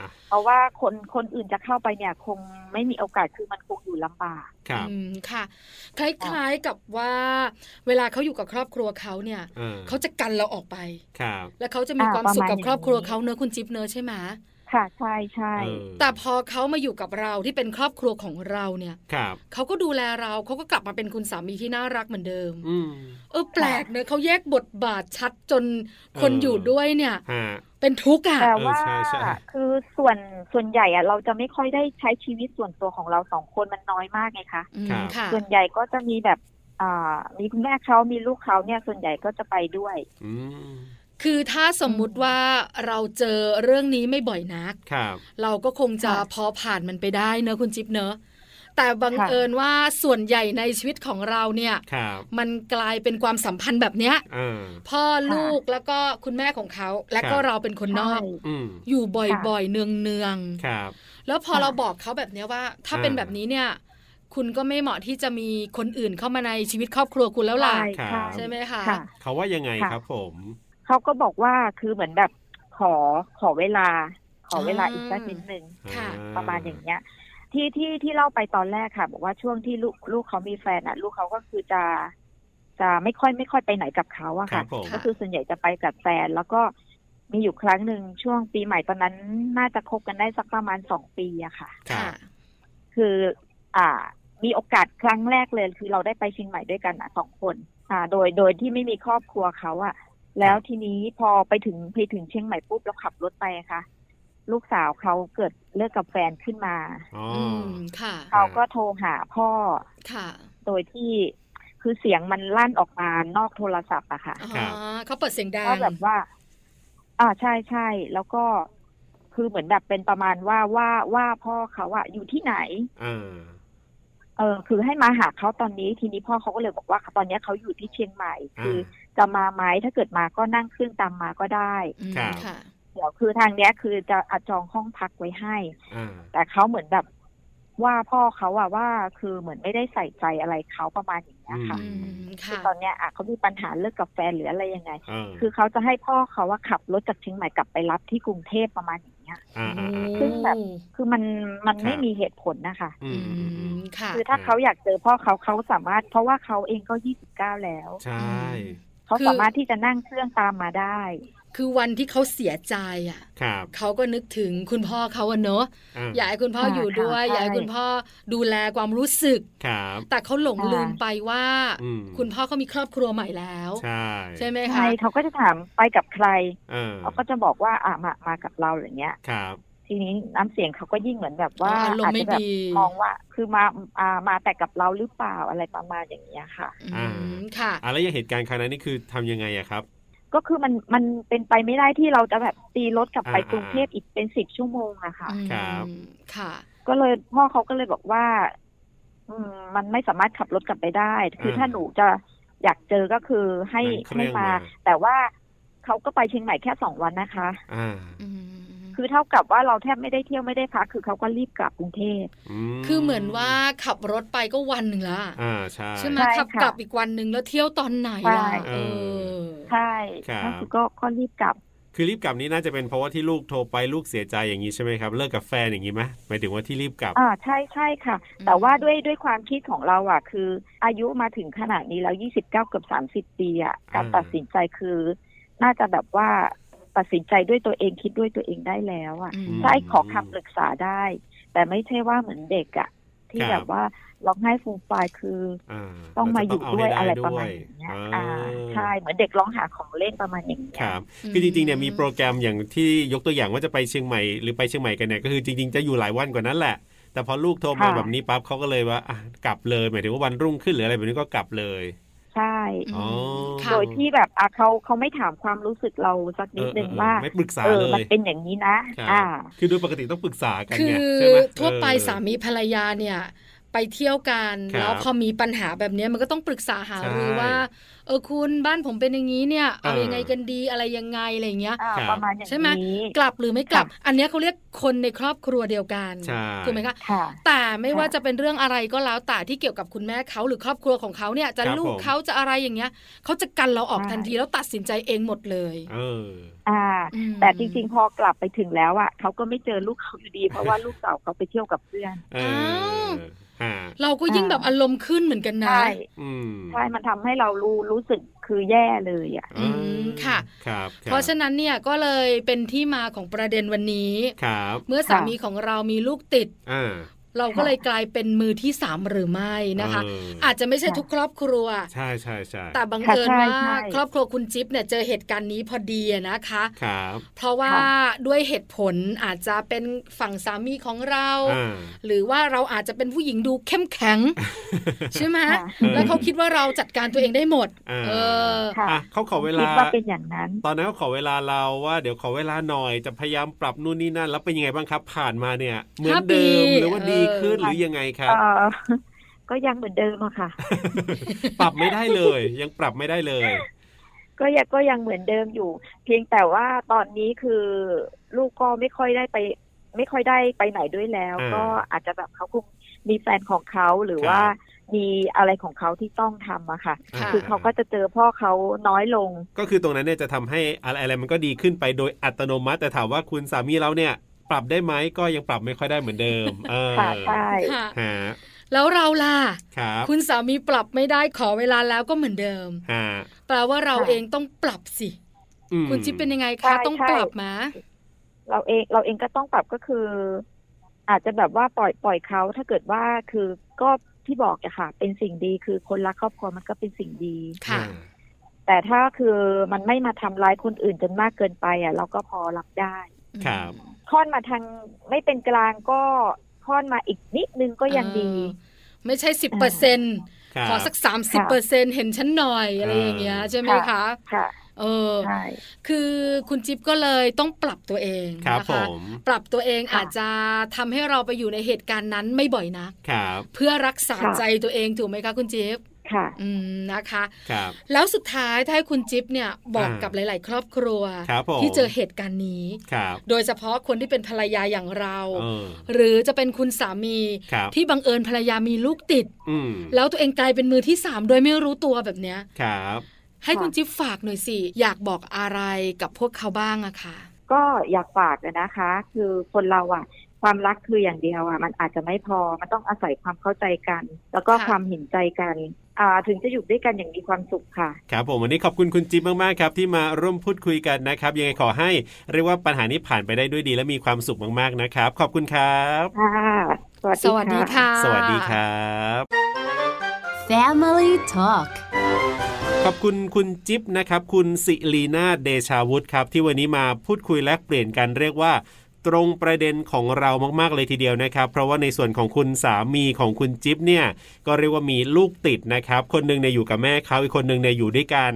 Speaker 2: อ่ะ
Speaker 5: เพราะว่าคนคนอื่นจะเข้าไปเนี่ย คงไม่มีโอกาสคือมันคงอยู่ลำบาก
Speaker 2: ครับ
Speaker 1: อืมค่ะ คล้ายๆกับว่า เวลาเขาอยู่กับครอบครัวเขาเนี่ย
Speaker 2: เออ
Speaker 1: เขาจะกันเราออกไป
Speaker 2: ครับ
Speaker 1: แล้วเขาจะมี
Speaker 5: อ่า
Speaker 1: ความสุขกับ
Speaker 5: ประมาณอย่างนี้
Speaker 1: ครอบครัวเขาเนอะคุณจิ๊บเนอะใช่ไหม
Speaker 5: ค่ะใช่ใช่
Speaker 2: เออ
Speaker 1: แต่พอเขามาอยู่กับเราที่เป็นครอบครัวของเราเนี่ย
Speaker 2: ครับ
Speaker 1: เขาก็ดูแลเราเขาก็กลับมาเป็นคุณสามีที่น่ารักเหมือนเดิม
Speaker 2: อืม
Speaker 1: เออแปลกเนอะเขาแยกบทบาทชัดจนคน
Speaker 2: เออ
Speaker 1: อ
Speaker 2: อ
Speaker 1: ยู่ด้วยเนี่ย
Speaker 2: ฮะ
Speaker 1: เป็นทุกข์อ่ะ
Speaker 5: แต่ว่า
Speaker 2: เออใช่ใช่
Speaker 5: คือส่วนส่วนใหญ่อะเราจะไม่ค่อยได้ใช้ชีวิตส่วนตัวของเราสองคนมันน้อยมากไงคะ
Speaker 1: อืม
Speaker 2: ครับ
Speaker 1: ค่ะ
Speaker 5: ส่วนใหญ่ก็จะมีแบบอ่ามีคุณแม่เขามีลูกเขาเนี่ย ส่วนใหญ่ก็จะไปด้วย
Speaker 2: อืม
Speaker 1: คือถ้าสมมุติว่าเราเจอเรื่องนี้ไม่บ่อยนัก
Speaker 2: ครับ
Speaker 1: เราก็คงจะ
Speaker 5: ค่ะ
Speaker 1: พอผ่านมันไปได้เนอะคุณจิ๊บเนอะแต่บัง
Speaker 5: ค่ะ
Speaker 1: เอิญว่าส่วนใหญ่ในชีวิตของเราเนี่ย
Speaker 2: ครับ
Speaker 1: มันกลายเป็นความสัมพันธ์แบบเนี้ย
Speaker 2: เออ
Speaker 1: พ่อลูกแล้วก็คุณแม่ของเขา และก็
Speaker 2: ครับ
Speaker 1: เราเป็นคนนอก
Speaker 5: ใช่
Speaker 2: อืม
Speaker 1: อยู่บ่อยๆ เนือง
Speaker 2: ครับ
Speaker 1: ๆ แล้วพอ
Speaker 5: ค่ะ
Speaker 1: เราบอกเขาแบบเนี้ยว่า ถ้า
Speaker 2: อ่า
Speaker 1: เป็นแบบนี้เนี่ย คุณก็ไม่เหมาะที่จะมีคนอื่นเข้ามาในชีวิตครอบครัวคุณแล้วล่ะ
Speaker 2: ครับ
Speaker 1: ใช่ไหมคะ
Speaker 5: ค่ะ
Speaker 2: เขาว่ายังไง
Speaker 5: ค่ะ
Speaker 2: ครับผม
Speaker 5: เขาก็บอกว่าคือเหมือนแบบขอขอเวลา ขอเวลาอีกสักนิดนึง
Speaker 1: ค่ะ
Speaker 2: อ่
Speaker 5: ประมาณอย่างเงี้ย ที่ที่ที่เล่าไปตอนแรกค่ะ บอกว่าช่วงที่ลูกลูกเขามีแฟนอ่ะ ลูกเขาก็คือจะ จะไม่ค่อยไม่ค่อยไปไหนกับเขาอะ
Speaker 2: ครั
Speaker 5: ค่ะ
Speaker 2: บผม
Speaker 1: ค่ะ
Speaker 5: ก็คือส่วนใหญ่จะไปกับแฟน แล้วก็มีอยู่ครั้งหนึ่งช่วงปีใหม่ตอนนั้นน่าจะคบกันได้สักประมาณสองปีอะค่ะ
Speaker 2: ครับ
Speaker 5: คือ อ่า มีโอกาสครั้งแรกเลย คือเราได้ไปเชียงใหม่ด้วยกันอ่ะสองคน อ่า โดย โดยที่ไม่มีครอบครัวเขาอ่ะ แล้วทีนี้พอไปถึงไปถึงเชียงใหม่ปุ๊บเราขับรถไปอะค่ะ ลูกสาวเขาเกิดเลิกกับแฟนขึ้นมา
Speaker 2: อ๋อ
Speaker 1: อื
Speaker 2: อ
Speaker 1: มค่ะ
Speaker 2: รับ
Speaker 5: เขาก็โทรหาพ่อ
Speaker 1: ค่ะ
Speaker 5: โดยที่คือเสียงมันลั่นออกมานอกโทรศัพท์อะค่ะ
Speaker 1: อ๋อ
Speaker 2: ครับ
Speaker 1: เขาเปิดเสียงดั
Speaker 5: ก็
Speaker 1: ง
Speaker 5: แบบว่า อ่าใช่ใช่ แล้วก็คือเหมือนแบบเป็นประมาณว่าว่าว่าพ่อเขาอะอยู่ที่ไหน
Speaker 2: อ่า
Speaker 5: เออ คือให้มาหาเขาตอนนี้ ทีนี้พ่อเขาก็เลยบอกว่าตอนเนี้ยเขาอยู่ที่เชียงใหม่ คืออ
Speaker 2: อ่า
Speaker 5: จะมาไหมถ้าเกิดมาก็นั่งเครื่องตามมาก็ได้
Speaker 1: อืม
Speaker 2: ครับ
Speaker 1: ค่ะ
Speaker 5: เดี๋ยวคือทางเนี้ยคือจะอะจองห้องพักไว้ให้
Speaker 2: อ่า
Speaker 5: แต่เขาเหมือนแบบว่าพ่อเขาอะว่าคือเหมือนไม่ได้ใส่ใจอะไรเขาประมาณอย่างเงี้ยค่ะ
Speaker 1: อืม
Speaker 5: คือ
Speaker 1: ค่ะ
Speaker 5: ตอนเนี้ยอะเขามีปัญหาเลิกกับแฟนหรืออะไรยังไง
Speaker 2: เออ
Speaker 5: คือเขาจะให้พ่อเขาว่าขับรถจากเชียงใหม่กลับไปรับที่กรุงเทพประมาณอย่างเงี้ย
Speaker 2: อ่าอ่าอ่า
Speaker 5: ซึ่งแบบ
Speaker 1: โอ้
Speaker 5: คือมันมัน
Speaker 2: ครับ
Speaker 5: ไม่มีเหตุผลนะคะ
Speaker 2: อื
Speaker 1: อื
Speaker 2: มอืมอืม
Speaker 1: มค่ะ
Speaker 5: คือถ้าเขาอยากเจอพ่อเขาเขาสามารถ เพราะว่าเขาเองก็ยี่สิบเก้าแล้ว
Speaker 2: ใช่
Speaker 5: เขา
Speaker 1: คือ
Speaker 5: สามารถที่จะนั่งเครื่องตามมาได้
Speaker 1: คือวันที่เขาเสียใจอ่ะ
Speaker 2: ครับ
Speaker 1: เขาก็นึกถึงคุณพ่อเขาอะเนอะอยากให้คุณพ่อ
Speaker 5: ค่ะ
Speaker 1: อยู่ด้วย
Speaker 5: ค่ะ
Speaker 1: อยากให้
Speaker 5: ใช่
Speaker 1: คุณพ่อดูแลความรู้สึก
Speaker 2: ครับ
Speaker 1: แต่เขาหลงลืมไปว่า
Speaker 2: อืม
Speaker 1: คุณพ่อเขามีครอบครัวใหม่แล้ว
Speaker 2: ใช่
Speaker 1: ใช่ไหม
Speaker 5: ใช่
Speaker 1: คะ
Speaker 5: เขาก็จะถามไปกับใคร
Speaker 2: เออ
Speaker 5: เขาก็จะบอกว่าอ่ะมามากับเราอย่างเงี้ย
Speaker 2: ครับ
Speaker 5: ทีนี้น้ำเสียงเขาก็ยิ่งเหมือนแบบว่า
Speaker 1: อารม
Speaker 5: อาจ
Speaker 1: ณ์ไม่
Speaker 5: จะแบบ
Speaker 1: ดี
Speaker 5: มองว่าคือมาอ่ามาแต่กับเราหรือเปล่าอะไรประมาณอย่างเงี้ยค่ะ
Speaker 1: อืมค่ะ
Speaker 2: อะไรอย่างเหตุการณ์ครั้งนั้นนี่คือทำยังไงอะครับ
Speaker 5: ก็คือมันมันเป็นไปไม่ได้ที่เราจะแบบตีรถกลับไป
Speaker 2: อ่าก
Speaker 5: รุงเทพอีกเป็นสิบชั่วโมงอะค่ะ
Speaker 1: อืม
Speaker 2: ครับ
Speaker 1: ค่ะ
Speaker 5: ก็เลยพ่อเขาก็เลยบอกว่า อืม มันไม่สามารถขับรถกลับไปได้ คือ
Speaker 2: เออ
Speaker 5: ถ้าหนูจะอยากเจอก็คือให้
Speaker 2: นั่งเครื่
Speaker 5: ให้
Speaker 2: องมา
Speaker 5: มาแต่ว่าเขาก็ไปเชียงใหม่แค่สองวันนะคะ
Speaker 2: อ่า
Speaker 1: อืม
Speaker 5: คือเท่ากับว่าเราแทบไม่ได้เที่ยวไม่ได้พักคือเขาก็รีบกลับกรุงเทพ
Speaker 1: คือเหมือนว่าขับรถไปก็วันหนึ่งละ
Speaker 2: อ่าใช่
Speaker 1: ใช่ไหม
Speaker 5: ใช่ค่ะ
Speaker 1: ขับกลับอีกวันหนึ่งแล้วเที่ยวตอนไหนล่ะ
Speaker 5: ใช่
Speaker 1: เออ
Speaker 5: ใช่
Speaker 2: ครับ
Speaker 5: ก็คือก็ก็รีบกลับ
Speaker 2: คือรีบกลับนี่น่าจะเป็นเพราะว่าที่ลูกโทรไปลูกเสียใจอย่างนี้ใช่ไหมครับ เลิกกับแฟนอย่างนี้ไหมหมายถึงว่าที่รีบกลับ
Speaker 5: อ่าใช่ใช่ค่ะ
Speaker 1: อืม
Speaker 5: แต่ว่าด้วยด้วยความคิดของเราอ่ะ คือ อายุมาถึงขนาดนี้แล้วยี่สิบเก้าเกือบสามสิบปีอ่ะการ
Speaker 2: อ่า
Speaker 5: ตัดสินใจคือ น่าจะแบบว่าตัดสินใจด้วยตัวเองคิดด้วยตัวเองได้แล้วอ่ะ
Speaker 1: อืม
Speaker 5: ใช่ขอคำปรึกษาได้ แต่ไม่ใช่ว่าเหมือนเด็กอ่ะ ที่
Speaker 2: ครับ
Speaker 5: แบบว่าร้องไห้ฟูมฟายคือ
Speaker 2: อ่า
Speaker 5: ต้องมาอยู่
Speaker 2: เร
Speaker 5: ด้วย
Speaker 2: จะ
Speaker 5: อะไร
Speaker 2: ต้
Speaker 5: ประ
Speaker 2: ง
Speaker 5: มา
Speaker 2: เา
Speaker 5: ณ
Speaker 2: ให้
Speaker 5: อย่างเงี้ย
Speaker 2: ด้ว
Speaker 5: อ่าใช่เหมือนเด็กร้องหาของเล่นประมาณอย่างเงี้
Speaker 2: ค
Speaker 5: ย
Speaker 2: รับคือจริงๆเนี่ยมีโปรแกรมอย่างที่ยกตัวอย่างว่าจะไปเชียงใหม่หรือไปเชียงใหม่กันเนี่ยก็คือจริงๆจะอยู่หลายวันกว่านั้นแหละ แต่พอลูกโทรมา
Speaker 5: ค่ะ
Speaker 2: แบบนี้ปั๊บเขาก็เลยว่าอ่ะกลับเลยหมายถึงว่าวันรุ่งขึ้นหรืออะไรแบบนี้ก็กลับเลย
Speaker 5: ใช่
Speaker 1: อืม
Speaker 2: อ๋อ
Speaker 1: ค่ะ
Speaker 5: โดยที่แบบอ่ะเขาเขาไม่ถามความรู้สึกเราสักนิดนึง
Speaker 2: เออเออ
Speaker 5: ว่า
Speaker 2: ไม่ปรึกษา
Speaker 5: เออ
Speaker 2: เลย
Speaker 5: มันเป็นอย่างนี้นะ
Speaker 2: ครับ
Speaker 5: อ่า
Speaker 2: คือโดยปกติต้องปรึกษากัน
Speaker 1: คื
Speaker 2: ไง
Speaker 1: อ
Speaker 2: ใช่ไหม
Speaker 1: ทั่วไป
Speaker 2: เออ
Speaker 1: สามีภรรยาเนี่ย ไปเที่ยวกัน
Speaker 2: ครับ
Speaker 1: แล้วพอมีปัญหาแบบเนี้ยมันก็ต้องปรึกษาหา
Speaker 2: ใช่
Speaker 1: รือว่า เออคุณบ้านผมเป็นอย่างนี้เนี่ย เอา
Speaker 2: เออ
Speaker 1: ยังไงกันดีอะไรยังไงอะไรอย่างเงี้ย
Speaker 5: อ่า
Speaker 2: ครับ
Speaker 5: ประมาณอย่าง
Speaker 1: ใช่ไหม
Speaker 5: นี้
Speaker 1: กลับหรือไม่กลับ
Speaker 5: ค่ะ
Speaker 1: อันเนี้ยเขาเรียกคนในครอบครัวเดียวกัน
Speaker 2: ใช่
Speaker 1: ถูกไหมคะ
Speaker 5: ค่ะ
Speaker 1: แต่ไม่ว่า
Speaker 5: ค่ะ
Speaker 1: จะเป็นเรื่องอะไรก็แล้วแต่ที่เกี่ยวกับคุณแม่เขาหรือครอบครัวของเขาเนี่ยจะ
Speaker 2: ครับ
Speaker 1: ลู
Speaker 2: ผ
Speaker 1: ก
Speaker 2: ม
Speaker 1: เขาจะอะไรอย่างเงี้ยเขาจะกันเราออกทันทีแล้วตัดสินใจเองหมดเลย
Speaker 2: เออ
Speaker 5: อ่า
Speaker 1: อืม
Speaker 5: แต่จริงๆ พอกลับไปถึงแล้วอ่ะเขาก็ไม่เจอลูกเขาอยู่ดี เพราะว่าลูกสาวเขาไปเที่ยวกับเพื่อน
Speaker 2: เอ
Speaker 1: อ้าว
Speaker 2: ออ่า
Speaker 1: เราก็ยิ่งแบบอารมณ์ขึ้นเหมือนกันนะ
Speaker 5: ใช่
Speaker 2: อืม
Speaker 5: ใช่มันทำให้เรารู้รู้สึกคือแย่เลยอ่ะ
Speaker 2: อ่า
Speaker 1: อืมค่ะ
Speaker 2: ครับคบ
Speaker 1: เพราะฉะนั้นเนี่ยก็เลยเป็นที่มาของประเด็นวันนี้
Speaker 2: ครับ
Speaker 1: เมื่อสามีของเรามีลูกติด
Speaker 2: อ่า
Speaker 1: เราก็เลยกลายเป็นมือที่สามหรือไม่นะคะ
Speaker 2: เออ
Speaker 1: อาจจะไม่ใช่ทุกครอบครัว
Speaker 2: ใช่ใช่ใช่
Speaker 1: แต่บังเอิญ
Speaker 5: ค่ะใช่
Speaker 1: ว่า
Speaker 5: ใช่
Speaker 1: ครอบครัวคุณจิ๊บเนี่ยเจอเหตุการณ์นี้พอดีอะนะคะ
Speaker 2: ครับ
Speaker 1: เพราะว่า
Speaker 5: ค่
Speaker 1: ด้วยเหตุผลอาจจะเป็นฝั่งสามีของเรา
Speaker 2: อ่า
Speaker 1: หรือว่าเราอาจจะเป็นผู้หญิงดูเข้มแข็ง ใช่ไหม
Speaker 5: ค่ะ
Speaker 2: เออ
Speaker 1: แล้วเขาคิดว่าเราจัดการตัวเองได้หมด
Speaker 2: อ่า
Speaker 1: เออ
Speaker 5: ค่ะ
Speaker 2: อ่ะเขาขอเวลา
Speaker 5: คิดว่าเป็นอย่างนั้น
Speaker 2: ตอนนั้นเขาขอเวลาเราว่าเดี๋ยวขอเวลาหน่อยจะพยายามปรับนู่นนี่นั่น แล้วเป็นยังไงบ้างครับ ผ่านมาเนี่ย เหมือนเดิม
Speaker 1: ห้าปี
Speaker 2: หรือว่า
Speaker 1: เออ
Speaker 2: ดีขึ้นหรือยังไงครับ
Speaker 5: เอ อก็ยังเหมือนเดิมอะค่ะ
Speaker 2: ปรับไม่ได้เลย ยังปรับไม่ได้เลย
Speaker 5: ก็ยังก็ยังเหมือนเดิมอยู่ เพียงแต่ว่าตอนนี้คือลูกก็ไม่ค่อยได้ไป ไม่ค่อยได้ไปไหนด้วยแล้ว
Speaker 2: อ่า
Speaker 5: ก็อาจจะแบบเขาคงมีแฟนของเขาหรือ
Speaker 2: ครับ
Speaker 5: ว่ามีอะไรของเขาที่ต้องทำอะค่ะ
Speaker 1: ค่ะ
Speaker 5: คือเขาก็จะเจอพ่อเขาน้อยลง
Speaker 2: ก็คือตรงนั้นเนี่ยจะทำให้อะไรอะไรมันก็ดีขึ้นไปโดยอัตโนมัติ แต่ถามว่าคุณสามีเราเนี่ย ปรับได้ไหมก็ยังปรับไม่ค่อยได้เหมือนเดิม เออ
Speaker 5: ค่ะใช่
Speaker 1: ค่ะ
Speaker 2: ฮะ
Speaker 1: แล้วเราล่ะ
Speaker 2: ครับ
Speaker 1: คุณสามีปรับไม่ได้ขอเวลาแล้วก็เหมือนเดิม
Speaker 2: ฮะ
Speaker 1: แปลว่าเรา
Speaker 5: ค่ะ
Speaker 1: เองต้องปรับสิ
Speaker 2: อืม
Speaker 1: คุณจิ๊บเป็นยังไง
Speaker 5: ใช่
Speaker 1: คะ ต้อง
Speaker 5: ใช่
Speaker 1: ปรับไหมา
Speaker 5: เราเองเราเองก็ต้องปรับก็คือ อาจจะแบบว่าปล่อยปล่อยเขาถ้าเกิดว่าคือก็ที่บอกอะค่ะ เป็นสิ่งดีคือคนรักครอบครัวมันก็เป็นสิ่งดี
Speaker 1: ค่ะ
Speaker 2: อ่า
Speaker 5: แต่ถ้าคือมันไม่มาทำร้ายคนอื่นจนมากเกินไปอ่ะ เราก็พอรับได้
Speaker 2: ครับ
Speaker 5: ค่อนมาทางไม่เป็นกลางก็ค่อนมาอีกนิดนึงก็ยังดี
Speaker 1: เออไม่ใช่สิบเปอร์เซ็น
Speaker 2: ครับ
Speaker 1: ขอสักสามสิบเปอร์เซ็นเห็นฉันหน่อยอะไรอย่างเงี้ยใช่ไหมคะ
Speaker 5: ค่ะ
Speaker 1: เออ
Speaker 5: ใช่
Speaker 1: คือคุณจิ๊บก็เลยต้องปรับตัวเอง
Speaker 2: ครับ
Speaker 1: นะ
Speaker 2: ผ
Speaker 1: คะ
Speaker 2: ม
Speaker 1: ปรับตัวเองอาจจะทำให้เราไปอยู่ในเหตุการณ์นั้นไม่บ่อยนัก
Speaker 2: ครับ
Speaker 1: เพื่อรักษาใจตัวเองถูกไหมคะคุณจิ๊บ
Speaker 5: ค่ะ
Speaker 1: อืมนะคะ
Speaker 2: ครับ
Speaker 1: แล้วสุดท้ายถ้าให้คุณจิ๊บเนี่ยบอก
Speaker 2: อ่า
Speaker 1: กับหลาย ๆ ครอบครัว
Speaker 2: ครับผม
Speaker 1: ที่เจอเหตุการณ์นี้
Speaker 2: ครับ
Speaker 1: โดยเฉพาะคนที่เป็นภรรยาอย่างเรา
Speaker 2: เออ
Speaker 1: หรือจะเป็นคุณสามี
Speaker 2: ครับ
Speaker 1: ที่บังเอิญภรรยามีลูกติด
Speaker 2: อืม
Speaker 1: แล้วตัวเองกลายเป็นมือที่สามโดยไม่รู้ตัวแบบเนี้ย
Speaker 2: ครับ
Speaker 1: ให้คุณ
Speaker 5: ค่ะ
Speaker 1: จิ๊บฝากหน่อยสิ อยากบอกอะไรกับพวกเขาบ้างอะค่ะ
Speaker 5: ก็อยากฝากอะนะคะ คือคนเราอะความรักคืออย่างเดียวอะมันอาจจะไม่พอมันต้องอาศัยความเข้าใจกัน แล้วก็
Speaker 1: ค่ะ
Speaker 5: ความเห็นใจกันอ่าถึงจะอยู่ด้วยกันอย่างมีความสุขค่ะ
Speaker 2: ครับผมวันนี้ขอบคุณคุณจิ๊บมากๆครับที่มาร่วมพูดคุยกันนะครับ ยังไงขอให้เรียกว่าปัญหานี้ผ่านไปได้ด้วยดีและมีความสุขมากๆนะครับ ขอบคุณครับ
Speaker 5: ค่ะ สวัส
Speaker 1: สวัสดี
Speaker 5: ดีค่ะ
Speaker 1: ค่ะ
Speaker 2: สวัสดีครับ
Speaker 4: Family Talk
Speaker 2: ขอบคุณคุณจิ๊บนะครับ คุณสิลีนาเดชาวุฒิครับ ที่วันนี้มาพูดคุยแลกเปลี่ยนกันเรียกว่า ตรงประเด็นของเรามากๆเลยทีเดียวนะครับ เพราะว่าในส่วนของคุณสามีของคุณจิ๊บเนี่ยก็เรียกว่ามีลูกติดนะครับ คนหนึ่งเนี่ยอยู่กับแม่เขาอีกคนหนึ่งเนี่ยอยู่ด้วยกัน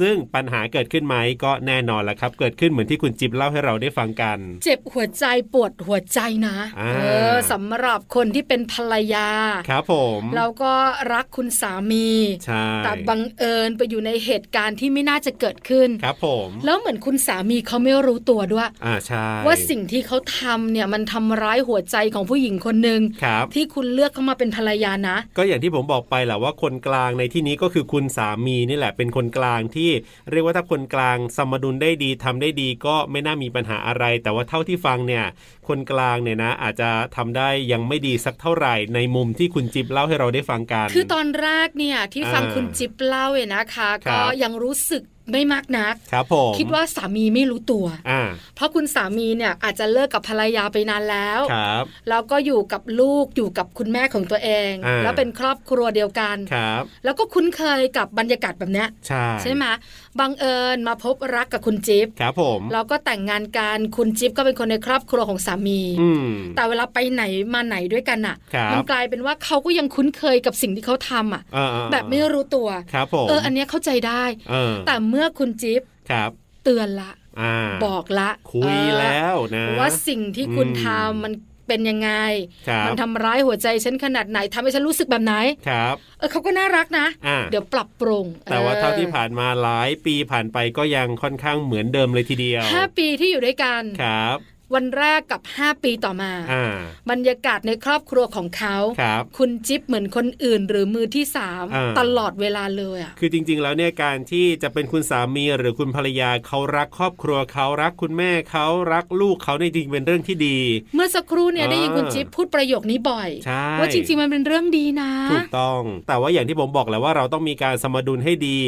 Speaker 2: ซึ่งปัญหาเกิดขึ้นไหมก็แน่นอนละครับ เกิดขึ้นเหมือนที่คุณจิ๊บเล่าให้เราได้ฟังกัน
Speaker 1: เจ็บหัวใจปวดหัวใจนะ
Speaker 2: อ่า
Speaker 1: เออสำหรับคนที่เป็นภรรยา
Speaker 2: ครับผม
Speaker 1: เราก็รักคุณสามี
Speaker 2: ใช่
Speaker 1: แต่บังเอิญไปอยู่ในเหตุการณ์ที่ไม่น่าจะเกิดขึ้น
Speaker 2: ครับผม
Speaker 1: แล้วเหมือนคุณสามีเขาไม่รู้ตัวด้วย
Speaker 2: อ่าใช่
Speaker 1: ว่าสิ่งที่เขาทำเนี่ยมันทำร้ายหัวใจของผู้หญิงคนหนึ่ง
Speaker 2: ครับ
Speaker 1: ที่คุณเลือกเข้ามาเป็นภรรยานะ
Speaker 2: ก็อย่างที่ผมบอกไปแหละว่าคนกลางในที่นี้ก็คือคุณสามีนี่แหละเป็นคนกลางที่เรียกว่าถ้าคนกลางสมดุลได้ดีทำได้ดีก็ไม่น่ามีปัญหาอะไร แต่ว่าเท่าที่ฟังเนี่ย คนกลางเนี่ยนะ อาจจะทำได้ยังไม่ดีสักเท่าไหร่ในมุมที่คุณจิบเล่าให้เราได้ฟังกัน
Speaker 1: คือตอนแรกเนี่ยที่ฟัง
Speaker 2: อ่า
Speaker 1: คุณจิ๊บเล่าเนี่ยนะคะ
Speaker 2: ค
Speaker 1: ก็
Speaker 2: รับ
Speaker 1: ยังรู้สึกไม่มากนัก
Speaker 2: ครับผม
Speaker 1: คิดว่าสามีไม่รู้ตัว
Speaker 2: อ่า
Speaker 1: เพราะคุณสามีเนี่ยอาจจะเลิกกับภรรยาไปนานแล้ว
Speaker 2: ครับ
Speaker 1: แล้วก็อยู่กับลูกอยู่กับคุณแม่ของตัวเอง
Speaker 2: อ่า
Speaker 1: แล้วเป็นครอบครัวเดียวกัน
Speaker 2: ครับ
Speaker 1: แล้วก็คุ้นเคยกับบรรยากาศแบบเนี้ย
Speaker 2: ใช่
Speaker 1: ใช่ไหมบังเอิญมาพบรักกับคุณจิ๊บ
Speaker 2: ครับผม
Speaker 1: แล้วก็แต่งงานกันคุณจิ๊บก็เป็นคนในครอบครัวของสามี
Speaker 2: อืม
Speaker 1: แต่เวลาไปไหนมาไหนด้วยกันอ่ะ
Speaker 2: ครับ
Speaker 1: มักลายเป็นว่าเขาก็ยังคุ้นเคยกับสิ่งที่เขาทำอ่ะ
Speaker 2: เออเออ
Speaker 1: แบบไม่รู้ตัว
Speaker 2: ครับผม
Speaker 1: เออ อันเนี้ยเข้าใจได้
Speaker 2: เออ
Speaker 1: แต่เมื่อคุณจิ๊บ
Speaker 2: ครับ
Speaker 1: เตือนละ
Speaker 2: อ่า
Speaker 1: บอกละ
Speaker 2: คุยแล้ว
Speaker 1: เอ
Speaker 2: นะ
Speaker 1: อว่าสิ่งที่คุณ
Speaker 2: อืม
Speaker 1: ทำมันเป็นยังไง
Speaker 2: ครับ
Speaker 1: มันทำร้ายหัวใจฉันขนาดไหนทำให้ฉันรู้สึกแบบไหน
Speaker 2: ครับ
Speaker 1: เออเขาก็น่ารักนะ
Speaker 2: อ่า
Speaker 1: เดี๋ยวปรับปรุง
Speaker 2: แต่ว่า
Speaker 1: ออ
Speaker 2: เท่าที่ผ่านมาหลายปีผ่านไปก็ยังค่อนข้างเหมือนเดิมเลยทีเดียว
Speaker 1: ห้าปีที่อยู่ด้วยกัน
Speaker 2: ครับ
Speaker 1: วันแรกกับ 5 ปีต่อมา
Speaker 2: อ่า
Speaker 1: บรรยากาศในครอบครัวของเขา
Speaker 2: ครับ
Speaker 1: คุณจิ๊บเหมือนคนอื่นหรือมือที่สาม
Speaker 2: อ่า
Speaker 1: ตลอดเวลาเลยอ่ะ
Speaker 2: คือจริง ๆ แล้วเนี่ยการที่จะเป็นคุณสามีหรือคุณภรรยาเขารักครอบครัวเขารักคุณแม่เขารักลูกเขาในยจริงเป็นเรื่องที่ดี
Speaker 1: เมื่อสักครู่เนี่ย
Speaker 2: อ่า
Speaker 1: ได้ยินคุณจิ๊บพูดประโยคนี้บ่อย
Speaker 2: ใช่
Speaker 1: ว่าจริงๆมันเป็นเรื่องดีนะ
Speaker 2: ถูกต้อง แต่ว่าอย่างที่ผมบอกแหล้วว่าเราต้องมีการสมดุลให้ดี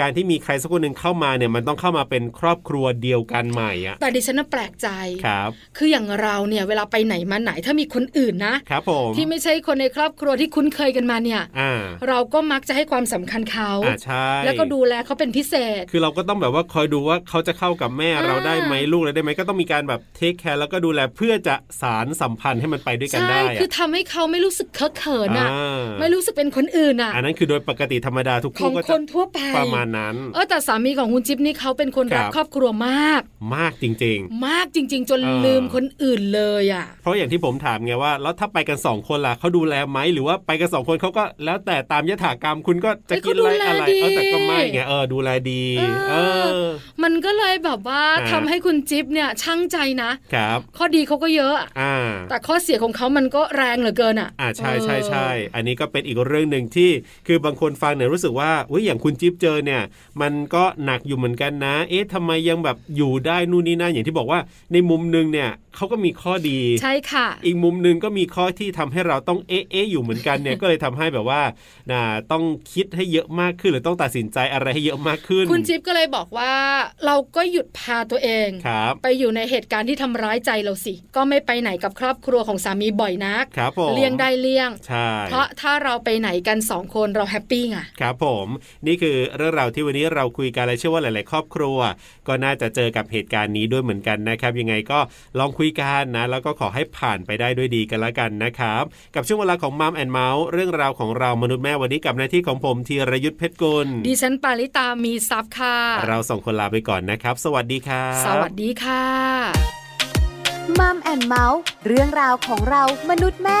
Speaker 2: การที่มีใครสักคนหนึ่งเข้ามาเนี่ยมันต้องเข้ามาเป็นครอบครัวเดียวกันใหม่อ่ะ
Speaker 1: แต่ดิฉันน่ะแปลกใจ
Speaker 2: ครับ
Speaker 1: คืออย่างเราเนี่ยเวลาไปไหนมาไหนถ้ามีคนอื่นนะ
Speaker 2: ครับผม
Speaker 1: ที่ไม่ใช่คนในครอบครัวที่คุ้นเคยกันมาเนี่ย
Speaker 2: อ่า
Speaker 1: เราก็มักจะให้ความสำคัญเขา
Speaker 2: อ่าใช่
Speaker 1: แล้วก็ดูแลเขาเป็นพิเศษ
Speaker 2: คือเราก็ต้องแบบว่าคอยดูว่าเขาจะเข้ากับแม่
Speaker 1: อ่า
Speaker 2: เราได้ไหมลูกเราได้ไหมก็ต้องมีการแบบเทคแคร์แล้วก็ดูแลเพื่อจะสารสัมพันธ์ให้มันไปด้วยกัน
Speaker 1: ใช่
Speaker 2: ได้
Speaker 1: คือทำให้เขาไม่รู้สึกเคอะเขิน
Speaker 2: อ่ะ
Speaker 1: อ่ะ
Speaker 2: า
Speaker 1: ไม่รู้สึกเป็นคนอื่นอ่ะ
Speaker 2: อันนั้นคือโดยปกติธรรมดาทุก
Speaker 1: ขอ
Speaker 2: คู่
Speaker 1: ง
Speaker 2: ก็
Speaker 1: ค
Speaker 2: จะ
Speaker 1: นทั่วไป
Speaker 2: ประมาณนั้น
Speaker 1: เออแต่สามีของคุณจิ๊บนี่เขาเป็นคนรัก
Speaker 2: ครับ
Speaker 1: ครอบครัวมาก
Speaker 2: มากจริง
Speaker 1: มากจริง ๆ จน
Speaker 2: เออ
Speaker 1: ลืมคนอื่นเลยอ่ะ
Speaker 2: ๆ เพราะอย่างที่ผมถามไงว่า แล้วถ้าไปกันสองคนล่ะเขาดูแลไหมหรือว่าไปกันสองคนเขาก็แล้วแต่ตามยถากรรมคุณก็จะ
Speaker 1: เอ้ย
Speaker 2: กินอะไร
Speaker 1: เขาดูแล
Speaker 2: อะไร
Speaker 1: ดี
Speaker 2: เออแต่ก็ไม่ไงเออดูแลดี
Speaker 1: เอ
Speaker 2: เอ
Speaker 1: อ
Speaker 2: อ
Speaker 1: มันก็เลยแบบว่า
Speaker 2: อ่า
Speaker 1: ทำให้คุณจิ๊บเนี่ยช่างใจนะ
Speaker 2: ครับ
Speaker 1: ข้อดีเขาก็เยอะ
Speaker 2: อ่า
Speaker 1: แต่ข้อเสียของเขามันก็แรงเหลือเกินอ่ะ
Speaker 2: อ่าใช่ใช่ใช่
Speaker 1: เออ
Speaker 2: อันนี้ก็เป็นอีกเรื่องหนึ่งที่คือบางคนฟังเนี่ยรู้สึกว่าอุ้ยอย่างคุณจิ๊บเจอเนี่ย มันก็หนักอยู่เหมือนกันนะ เอ๊ะทำไมยังแบบอยู่ได้นู่นนี่นั่นอย่างที่บอกว่า ในมุมหนึงเนี่ยเขาก็มีข้อดี
Speaker 1: ใช่ค่ะ
Speaker 2: อีกมุมหนึ่งก็มีข้อที่ทำให้เราต้องเอ๊ะเอ๊ะอยู่เหมือนกันเนี่ย ก็เลยทำให้แบบว่าน่ะต้องคิดให้เยอะมากขึ้น หรือต้องตัดสินใจอะไรให้เยอะมากขึ้น
Speaker 1: คุณจิ๊บก็เลยบอกว่าเราก็หยุดพาตัวเอง
Speaker 2: ครับ
Speaker 1: ไปอยู่ในเหตุการณ์ที่ทำร้ายใจเราสิ ก็ไม่ไปไหนกับครอบครัวของสามีบ่อยนัก
Speaker 2: ครับผม
Speaker 1: เลี่ยงได้เลี่ยง
Speaker 2: ใช่
Speaker 1: เพราะถ้าเราไปไหนกันสองคนเราแฮปปี้ไง
Speaker 2: ครับผมนี่คือเรื่องราวที่วันนี้เราคุยกันและเชื่อว่าหลาย ๆ ครอบครัว ก็น่าจะเจอกับเหตุการณ์นี้ด้วยเหมือนกันนะครับ ยังไงก็ ลองคุยกันนะ แล้วก็ขอให้ผ่านไปได้ด้วยดีกันละกันนะครับ กับช่วงเวลาของมัมแอนเมาส์เรื่องราวของเรามนุษย์แม่วันนี้กับหน้าที่ของผมธีรยุทธเพชรกุล
Speaker 1: ดิฉันปาริตามีซับค่ะ
Speaker 2: เราส่งคนลาไปก่อนนะครับ สวัสดีครับ
Speaker 1: สวัสดีค่ะ
Speaker 4: มัมแอนเมาส์เรื่องราวของเรามนุษย์แม่